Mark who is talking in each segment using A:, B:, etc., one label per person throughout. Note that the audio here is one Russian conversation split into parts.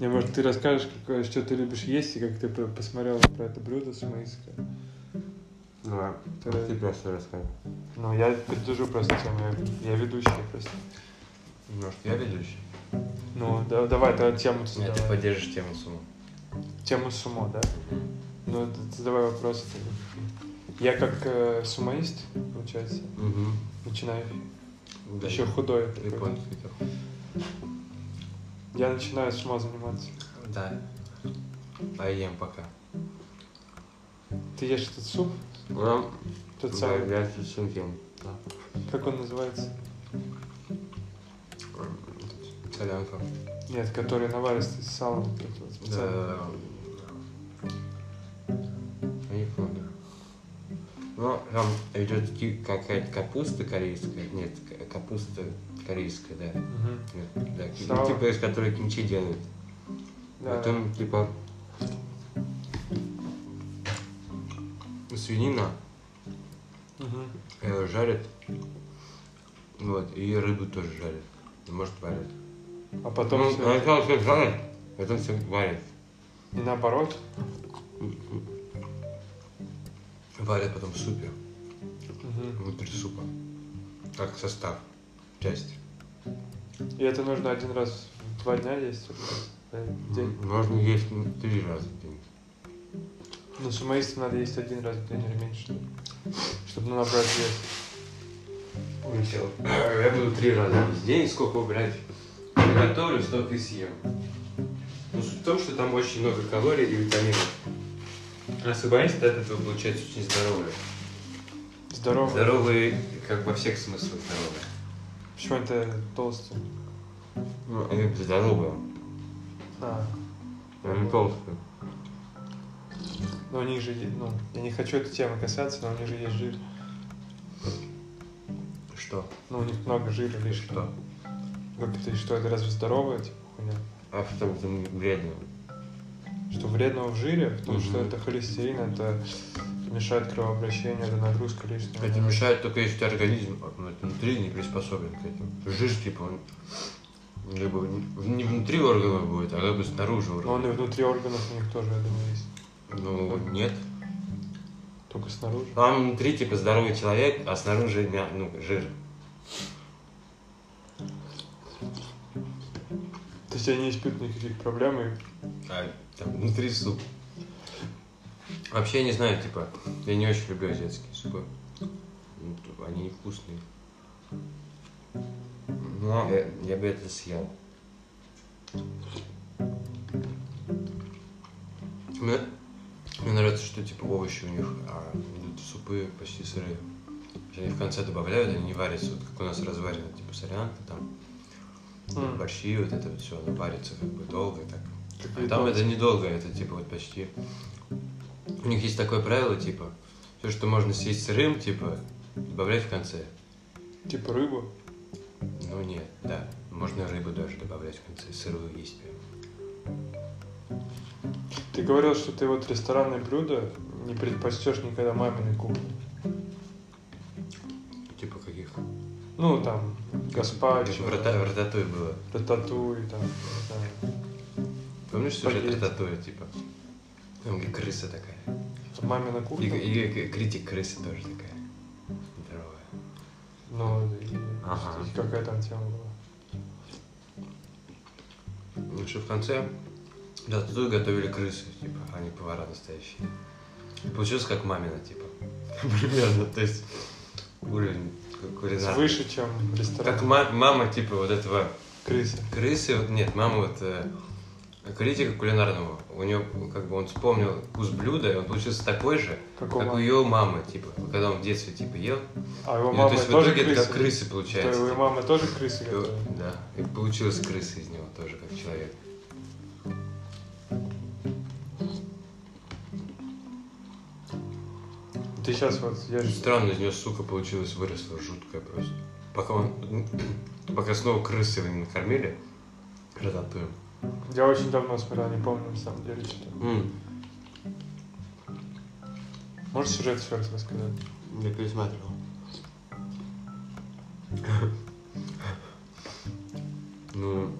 A: Не, может, ты расскажешь, какое, что ты любишь есть и как ты про- посмотрела про это блюдо с Маиска.
B: Давай,
A: Давай.
B: тебе что рассказать?
A: Ну, я поддержу просто тему, я, я ведущий просто.
B: Может, я ведущий?
A: Ну, да, давай, тогда тему ты
C: Нет, типа, ты
A: задавай.
C: поддержишь тему сумму.
A: Тему сумо, да? Ну, это- задавай вопрос. Я как э, сумоист, получается,
B: Угу.
A: начинаю. Еще худой.
C: Ты
A: такой.
C: понял, Питер.
A: Я начинаю с ума заниматься.
C: Да. А я ем пока.
A: Ты ешь этот суп,
B: Ну,
A: тот
B: да,
A: самый,
B: я с ем. Да.
A: как он называется?
C: Солянка.
A: Нет, который наваристый с салом. вот этот вот специальный.
C: Да. Я не помню. Ну, там идет ки- какая-то капуста корейская. Нет, к- капуста корейская, да.
A: Мгм.
C: Нет, да. ки-
A: Сало.
C: Типа из которой кимчи делают.
A: Да.
C: Потом типа свинина
A: Мгм.
C: э, жарят. Вот, и рыбу тоже жарят. Может варят.
A: А потом
C: ну,
A: всё это-
C: сначала все жарят, потом все варят.
A: И наоборот.
C: Варят потом в супе,
A: Мгм.
C: внутри супа. Как состав, часть.
A: И это нужно один раз в два дня есть. День.
C: М, Можно есть ну, три раза в день.
A: Ну, сумоистам надо есть один раз в день или меньше, чтобы набрать вес.
C: Я буду три раза в день, сколько убрать. Готовлю, столько и съем. Но суть в том, что там очень много калорий и витаминов. А субаисты от этого получаются очень здоровые.
A: Здорово.
C: Здоровые, как во всех смыслах здоровые.
A: Почему это толстый?
C: Ну, они здоровые.
A: А,
B: Они толстые.
A: но у них же, е- ну, я не хочу эту тему касаться, но у них же есть жир.
C: Что?
A: Ну, у них много жира лишнего.
C: Что?
A: Как это, и что, это разве здоровое, типа, хуйня?
C: А что там вредно?
A: Что вредного в жире, потому что
C: Мгм.
A: это холестерин, это мешает кровообращению, это нагрузка лишняя.
C: Это мешает только если у тебя организм ну, это внутри не приспособлен к этому. Жир, типа, он как бы не внутри органов будет, а как бы снаружи
A: Но он и
C: органов.
A: внутри органов у них тоже, я думаю, есть.
C: Ну, нет.
A: Только снаружи.
C: Там внутри, типа, здоровый человек, а снаружи, мя- ну, жир.
A: То есть они не испытывают никаких проблем и
C: А там внутри суп. Вообще, я не знаю, типа, я не очень люблю азиатские супы. Ну, т- Они невкусные. Но я, я бы это съел. Мне, мне нравится, что типа овощи у них а, идут в супы почти сырые. То есть Они в конце добавляют, они не варятся, вот как у нас разварено, типа солянка, там,
A: М.
C: борщи, вот это вот все, оно варится как бы долго и так.
A: Какие
C: А там
A: долгие.
C: это недолго, это типа вот почти. У них есть такое правило, типа, все, что можно съесть сырым, типа, добавлять в конце.
A: Типа рыбу.
C: Ну нет, да. Можно рыбу даже добавлять в конце, сырую есть прям.
A: Ты говорил, что ты вот ресторанное блюдо не предпочтешь никогда маминой кухни.
C: Типа каких?
A: Ну, там,
C: Как
A: гаспачо,
C: в Рота- в Рататуе было.
A: рататуй, там, не знаю.
C: Помнишь сюжет
A: Спагетти.
C: Рататуя, типа? Там где крыса такая.
A: Мамина
C: И,
A: кухня.
C: и- и критик крысы тоже такая. Здоровая.
A: Ну, и
B: Ага.
A: что- какая там тема была.
C: Ну, что в конце Рататуй готовили крысы, типа, а не повара настоящие. И получилось как мамина, типа. Примерно, то есть уровень ку- кулинарный.
A: Выше, чем ресторан
C: Как ма- мама, типа, вот этого
A: крысы.
C: крысы, вот- нет, мама вот э, критика кулинарного. У него, как бы, он вспомнил вкус блюда, и он получился такой же,
A: Как у
C: как у
A: мамы.
C: ее мамы, типа, когда он в детстве, типа, ел.
A: А его
C: И,
A: мама
C: то есть в
A: тоже
C: итоге это
A: крысы.
C: как крысы
A: Что,
C: получается.
A: его
C: типа.
A: мама тоже крысы
C: И
A: готовила?
C: он- Да, и получилась крыса из него тоже, как человек.
A: Ты сейчас вот ешь...
C: Странно, из нее, сука, получилась, выросла жуткая просто. Пока он... Пока снова крысы его не накормили, рататуем.
A: Я очень давно смотрел, не помню на самом деле, что там. Можешь сюжет еще раз рассказать?
B: Я пересматривал.
C: Ну,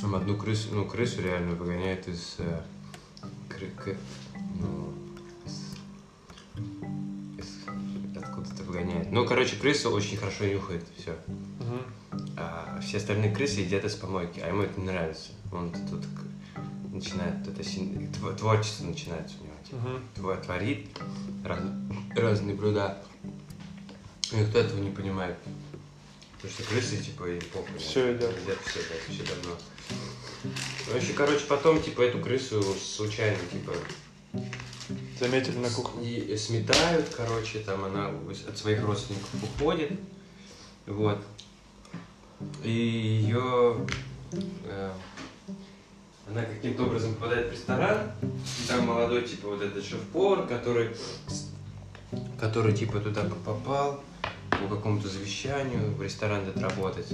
C: там одну крысу, ну, крысу реально выгоняет из... э, кры- к- ну, из- из- откуда-то выгоняет. Ну, короче, крыса очень хорошо нюхает, все.
A: Мгм.
C: А все остальные крысы едят из помойки, а ему это не нравится. Он тут к- начинает, это син- тво- творчество начинается у него. типа.
A: Мгм.
C: Тво- Творит раз- разные блюда. И никто этого не понимает. Потому что крысы, типа, и похуй.
A: Всё едят.
C: Едят все, да, все давно. Вообще, короче, потом, типа, эту крысу случайно, типа,
A: Заметили на кухне.
C: и э, сметают, короче, там она от своих родственников уходит. Вот. И ее... она каким-то образом попадает в ресторан, и там молодой, типа, вот этот шеф-повар, который, с- который, типа, туда попал по какому-то завещанию в ресторан этот работать.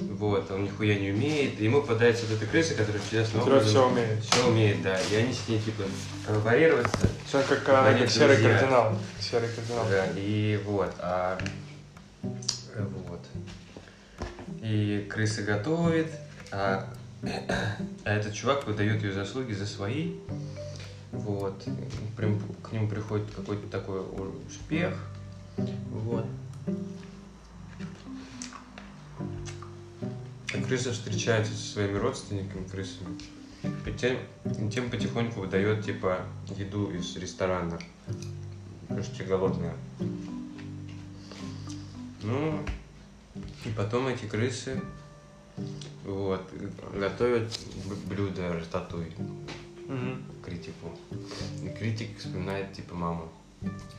C: Вот, он нихуя не умеет. И ему попадается вот эта крыса, которая чудесным
A: Которая все умеет.
C: все умеет, да. И они с ней, типа, коллаборироваться.
A: Все как, а,
C: Они
A: как серый
C: друзья. Э.
A: кардинал. Серый кардинал.
C: Да, и вот, а э, вот. И крыса готовит, а, а этот чувак выдает ее заслуги за свои. Вот. Прям к нему приходит какой-то такой у- успех. Вот. И крыса встречается со своими родственниками, крысами. И тем, и тем потихоньку выдает типа еду из ресторана. Потому что тебе голодная. Ну, и потом эти крысы вот, готовят б- блюдо рататуй
A: Мгм.
C: критику. И критик вспоминает, типа, маму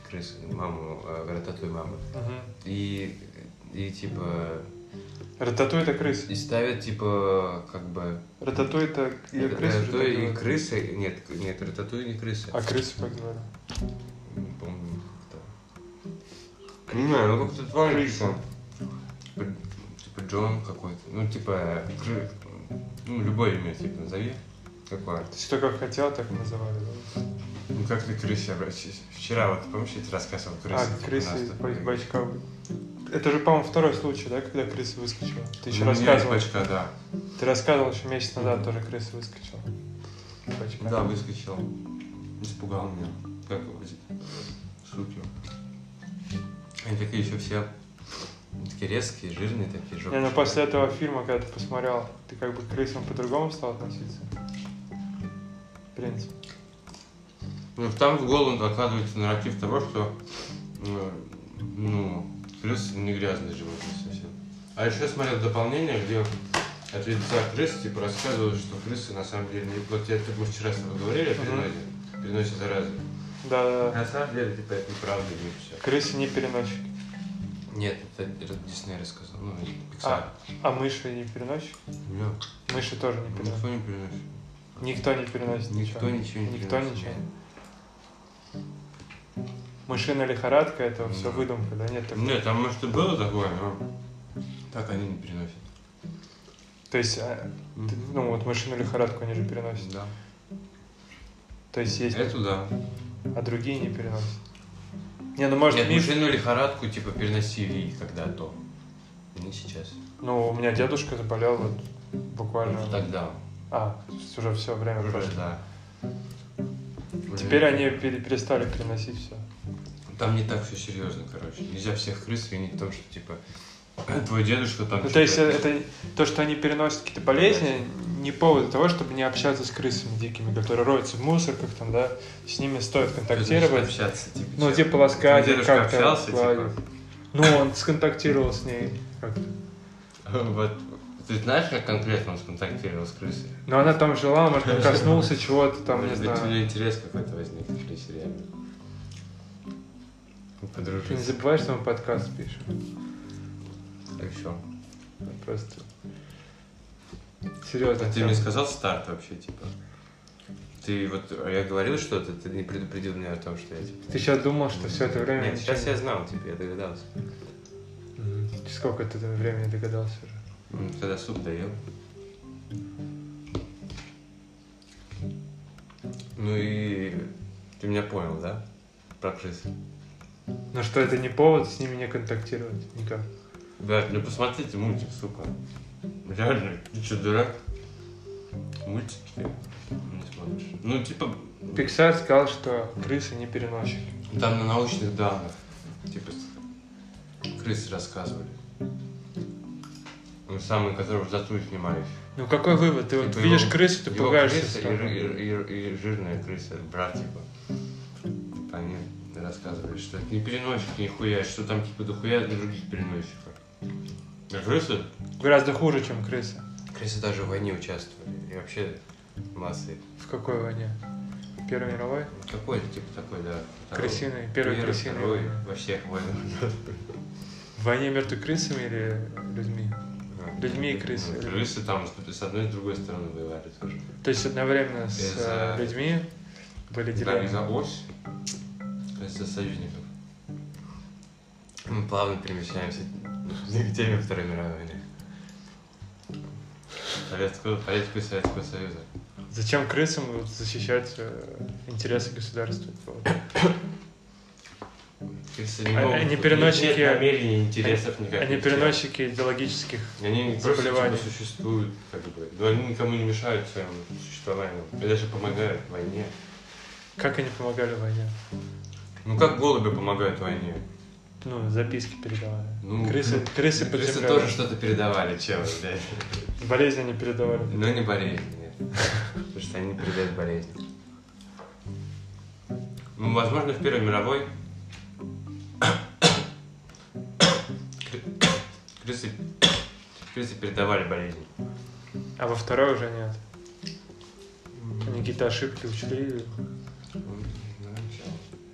C: крысы, маму, э, рататуй мамы.
A: Мгм.
C: И, и, типа,
A: Рататуй это крыс.
C: и ставят, типа, как бы...
A: Рататуй это я крыс уже
C: Э, рататуй и
A: так говорю.
C: крысы... Нет, к- нет, рататуй не крысы.
A: А крысы так говорю.
C: Не помню, кто. Не знаю, ну как-то два лица. Типа, типа Джон какой-то. Ну, типа, кры- ну, любое имя, типа, назови. Какое?
A: То есть кто как хотел, так и называли. да?
C: Ну, как ты к крысе обратись? Вчера, вот, помнишь, я тебе рассказывал типа, крысы?
A: а, крысы из Бач- бачка. Это же, по-моему, второй случай, да, когда крыса выскочила? Ты еще рассказывал.
C: «Ну, Бачка, да.
A: Ты рассказывал еще месяц назад тоже крыса выскочила. из бачка.
C: Да, выскочил. Испугал меня. Как его здесь? Суки. Они такие еще все такие резкие, жирные такие,
A: Не,
C: жопы.
A: ну после этого фильма, когда ты посмотрел, ты как бы к крысам по-другому стал относиться? В принципе.
C: Ну, там в голову оказывается нарратив того, что э, ну, крысы не грязные животные совсем. А еще я смотрел дополнение, где от лица крыс типа рассказывают, что крысы на самом деле не вот я, мы вчера с тобой говорили о
A: Мгм.
C: переносе, переносе заразы.
A: Да, да, да.
C: На самом деле, типа, это неправда, не все.
A: Крысы не переносчики.
C: Нет, это Р- Дисней рассказал, ну, Пиксар.
A: А. А мыши не переносчики?
C: Нет,
A: Мыши тоже не переносят.
C: никто
A: Никто
C: не переносит.
A: не переносит
C: Никто
A: ничего.
C: ничего не
A: Никто
C: переносит.
A: ничего. Мышиная лихорадка это все
C: Ну Да.
A: выдумка, да? Нет, так-
C: Нет, там, может, и было такое, но так они не переносят.
A: То есть, а, ты- ну вот мышиную лихорадку они же переносят.
C: Да.
A: То есть есть,
C: Это да.
A: а другие не переносят. Не, ну может
C: Нет,
A: миф.
C: мышиную лихорадку типа переносили когда-то. Не сейчас. Ну,
A: Ну, у меня дедушка заболел вот буквально.
C: Тогда.
A: А, то есть уже все время
C: Уже,
A: прошло.
C: да.
A: Теперь они пере- перестали переносить все.
C: Там не так все серьезно, короче. Нельзя всех крыс винить в том, что типа твой дедушка там.
A: Ну, то
C: что-то-
A: есть э, это то, что они переносят какие-то болезни, не повод для того, чтобы не общаться с крысами дикими, которые роются в мусорках, там, да, с ними стоит
C: Ты значит,
A: контактировать.
C: общаться, типа.
A: Ну,
C: чё?
A: типа
C: Твой
A: ласкать, их
C: дедушка
A: как-то.
C: общался, типа.
A: гладить. Ну, он сконтактировал с ней как-то.
C: Вот. Ты знаешь, как конкретно он сконтактировал с крысой?
A: Но она там жила, может, он коснулся чего-то там, не
C: Может быть, у
A: знаю.
C: нее интерес какой-то возник к крысе, реально.
A: Ты не
C: Подружиться.
A: забывай, что мы подкаст пишем.
C: А еще.
A: Мы Просто... Серьезно.
C: А Ты мне сказал старт вообще, типа? Ты вот, а я говорил что-то, ты не предупредил меня о том, что я, типа...
A: Ты сейчас думал, что все это время...
C: Нет, сейчас
A: ничего
C: я знал, типа, я догадался.
A: не- Мгм. Сколько ты этого времени догадался уже?
C: М, Когда суп доел. Ну и ты меня понял, да? Про крыс.
A: Но что это не повод с ними не контактировать никак.
C: Да, ну посмотрите мультик, сука. Реально, ты что, дурак?
B: Мультики ты не смотришь. Ну, типа,
A: Пиксар сказал, что крысы не переносят.
B: там на научных данных, типа, крысы рассказывали.
C: Ну, самые, которые в затылок снимались.
A: Ну какой вывод? Ты вот
C: Типа
A: видишь
C: его-
A: крысу, ты
C: Его
A: пугаешься.
C: крыса и,
A: сразу.
C: ры- и ры- и жирная крыса, брат, типа. Типа, Они рассказывали, что это не переносчик нихуя, что там типа дохуя других переносчиков. А крысы?
A: Гораздо хуже, чем крысы.
C: Крысы даже в войне участвовали. И вообще массы.
A: В какой войне? Первой мировой?
C: Какой-то типа такой, да. второй.
A: Крысиной? Первой
C: Первый,
A: крысиной
C: второй,
A: войне.
C: во всех войнах.
A: В войне между крысами или людьми? Людьми и крысы.
C: Ну, Крысы там с- с одной и с другой стороны воевали тоже.
A: То есть одновременно с
C: Из-за-
A: э, людьми были
C: Да, и
A: деревья.
C: за ось, то есть за союзников. Мы плавно перемещаемся к теме Второй мировой войны. Советского, политику и Советского Союза.
A: Зачем крысам вот защищать э, интересы государства? Вот.
C: Крысы не
A: А-
C: могут.
A: они
C: Нет
A: переносчики-
C: намерений, интересов никаких.
A: Они переносчики идеологических.
C: Они просто
A: заболеваний.
C: типа, существуют, как бы. Но они никому не мешают своим существованию. И даже помогают в войне.
A: Как они помогали в войне?
C: Ну как голуби помогают в войне?
A: Ну, записки передавали.
C: Ну,
A: крысы, крысы под
C: Крысы
A: землей.
C: тоже что-то передавали, чел, блядь.
A: Болезни не передавали.
C: Но не болезнь, нет. Потому что они не передают болезнь. Ну, возможно, в Первой мировой кры- крысы, крысы передавали болезнь.
A: А во второй уже нет. Они какие-то ошибки учли.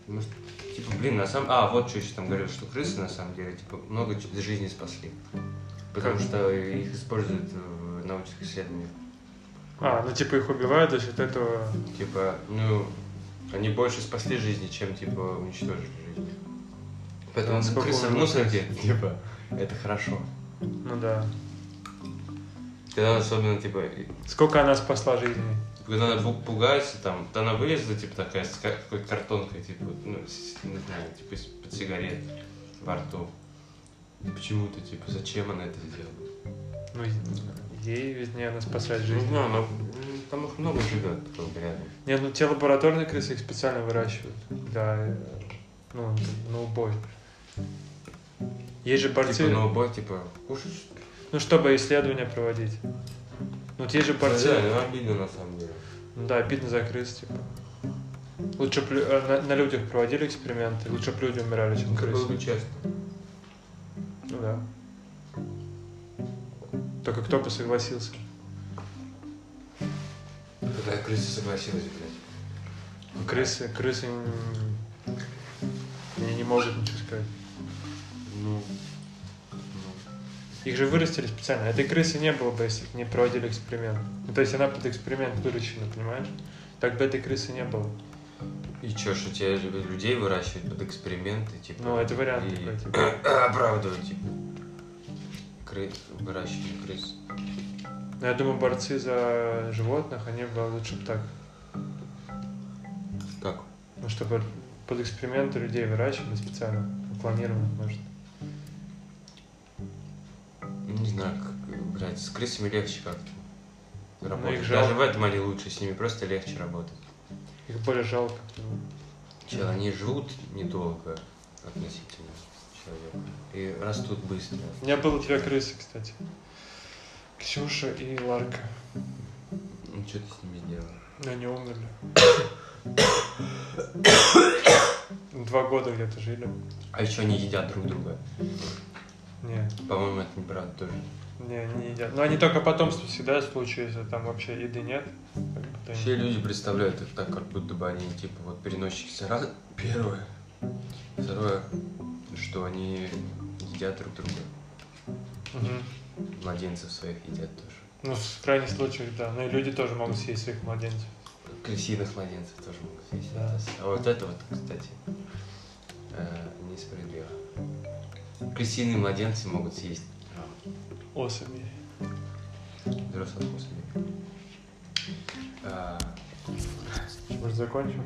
C: Может, Типа, блин, на самом... А, вот что еще там говорил, что крысы, на самом деле, типа, много ч- жизней спасли. Потому что их используют в научных исследованиях.
A: А, ну типа их убивают за счет этого.
C: Типа, ну, они больше спасли жизни, чем, типа, уничтожили жизни. Поэтому
A: Да,
C: ну,
A: насколько
C: крыса в
A: он
C: мусорке, типа, это хорошо.
A: Ну да.
C: Когда особенно, типа, и-
A: Сколько она спасла жизни?
C: когда она пу- пугается, там, то она вылезла, типа, такая, с ка- какой картонкой, типа, ну, с- не знаю, типа, из-под сигарет во рту. Почему-то, типа, зачем она это сделала?
A: Ну, ей ведь не она спасает
C: Не
A: жизнь.
C: знаю, она- м, там их много живет, как бы, рядом.
A: Нет, ну те лабораторные крысы их специально выращивают. Да, ну, на убой. Есть же борцы,
C: Типа, на убой, типа, кушать.
A: ну, чтобы исследования проводить. Ну, вот есть же борцы.
C: Да, ну, обидно, на самом деле.
A: Ну да, обидно за крыс, типа. Лучше б лю- э, на, на людях проводили эксперименты, лучше бы люди умирали, чем
C: Как
A: крысы.
C: бы честно.
A: Ну да. Только кто бы согласился?
C: Какая крыса согласилась, блядь.
A: Крысы, крысы м, не, не могут ничего сказать.
C: Ну.
A: Их же вырастили специально. Этой крысы не было бы, если бы не проводили эксперимент. Ну, то есть она под эксперимент выращена, понимаешь? Тогда этой крысы не было.
C: И чё, что тебя людей выращивать под эксперименты, типа?
A: Ну, это вариант
C: и-
A: такой, типа.
C: Оправдывать, типа. Кры... Выращивание крыс.
A: Но я думаю, борцы за животных, они бы лучше бы так.
C: Как?
A: Ну, чтобы под эксперименты людей выращивали специально, клонировать, может.
C: Ну, Не знаю, как, блядь, с крысами легче как-то работать.
A: Ну, их жалко.
C: Даже в этом они лучше, с ними просто легче работать.
A: Их более жалко.
C: Чел, они живут недолго относительно человека. И растут быстро.
A: У меня было две крысы, кстати. Ксюша и Ларка.
C: Ну, что ты с ними делал?
A: Но они умерли. Два года где-то жили.
C: А еще они едят друг друга.
A: Не,
C: По-моему, это не брат тоже.
A: не, не едят. Но они только потомство всегда, в случае, если там вообще еды нет. как бы то
C: Все люди представляют их так, как будто бы они типа вот переносчики заразы. Первое. Второе, что они едят друг друга.
A: Мгм.
C: Младенцев своих едят тоже.
A: Ну, в крайних случаях, да. Ну и люди тоже могут съесть своих младенцев.
C: Крысиных младенцев тоже могут съесть.
A: Да.
C: Это с- А вот это вот, кстати, э, несправедливо. Крысиные младенцы могут съесть
A: Особи.
C: взрослых А, особей. А,
A: Может, закончим?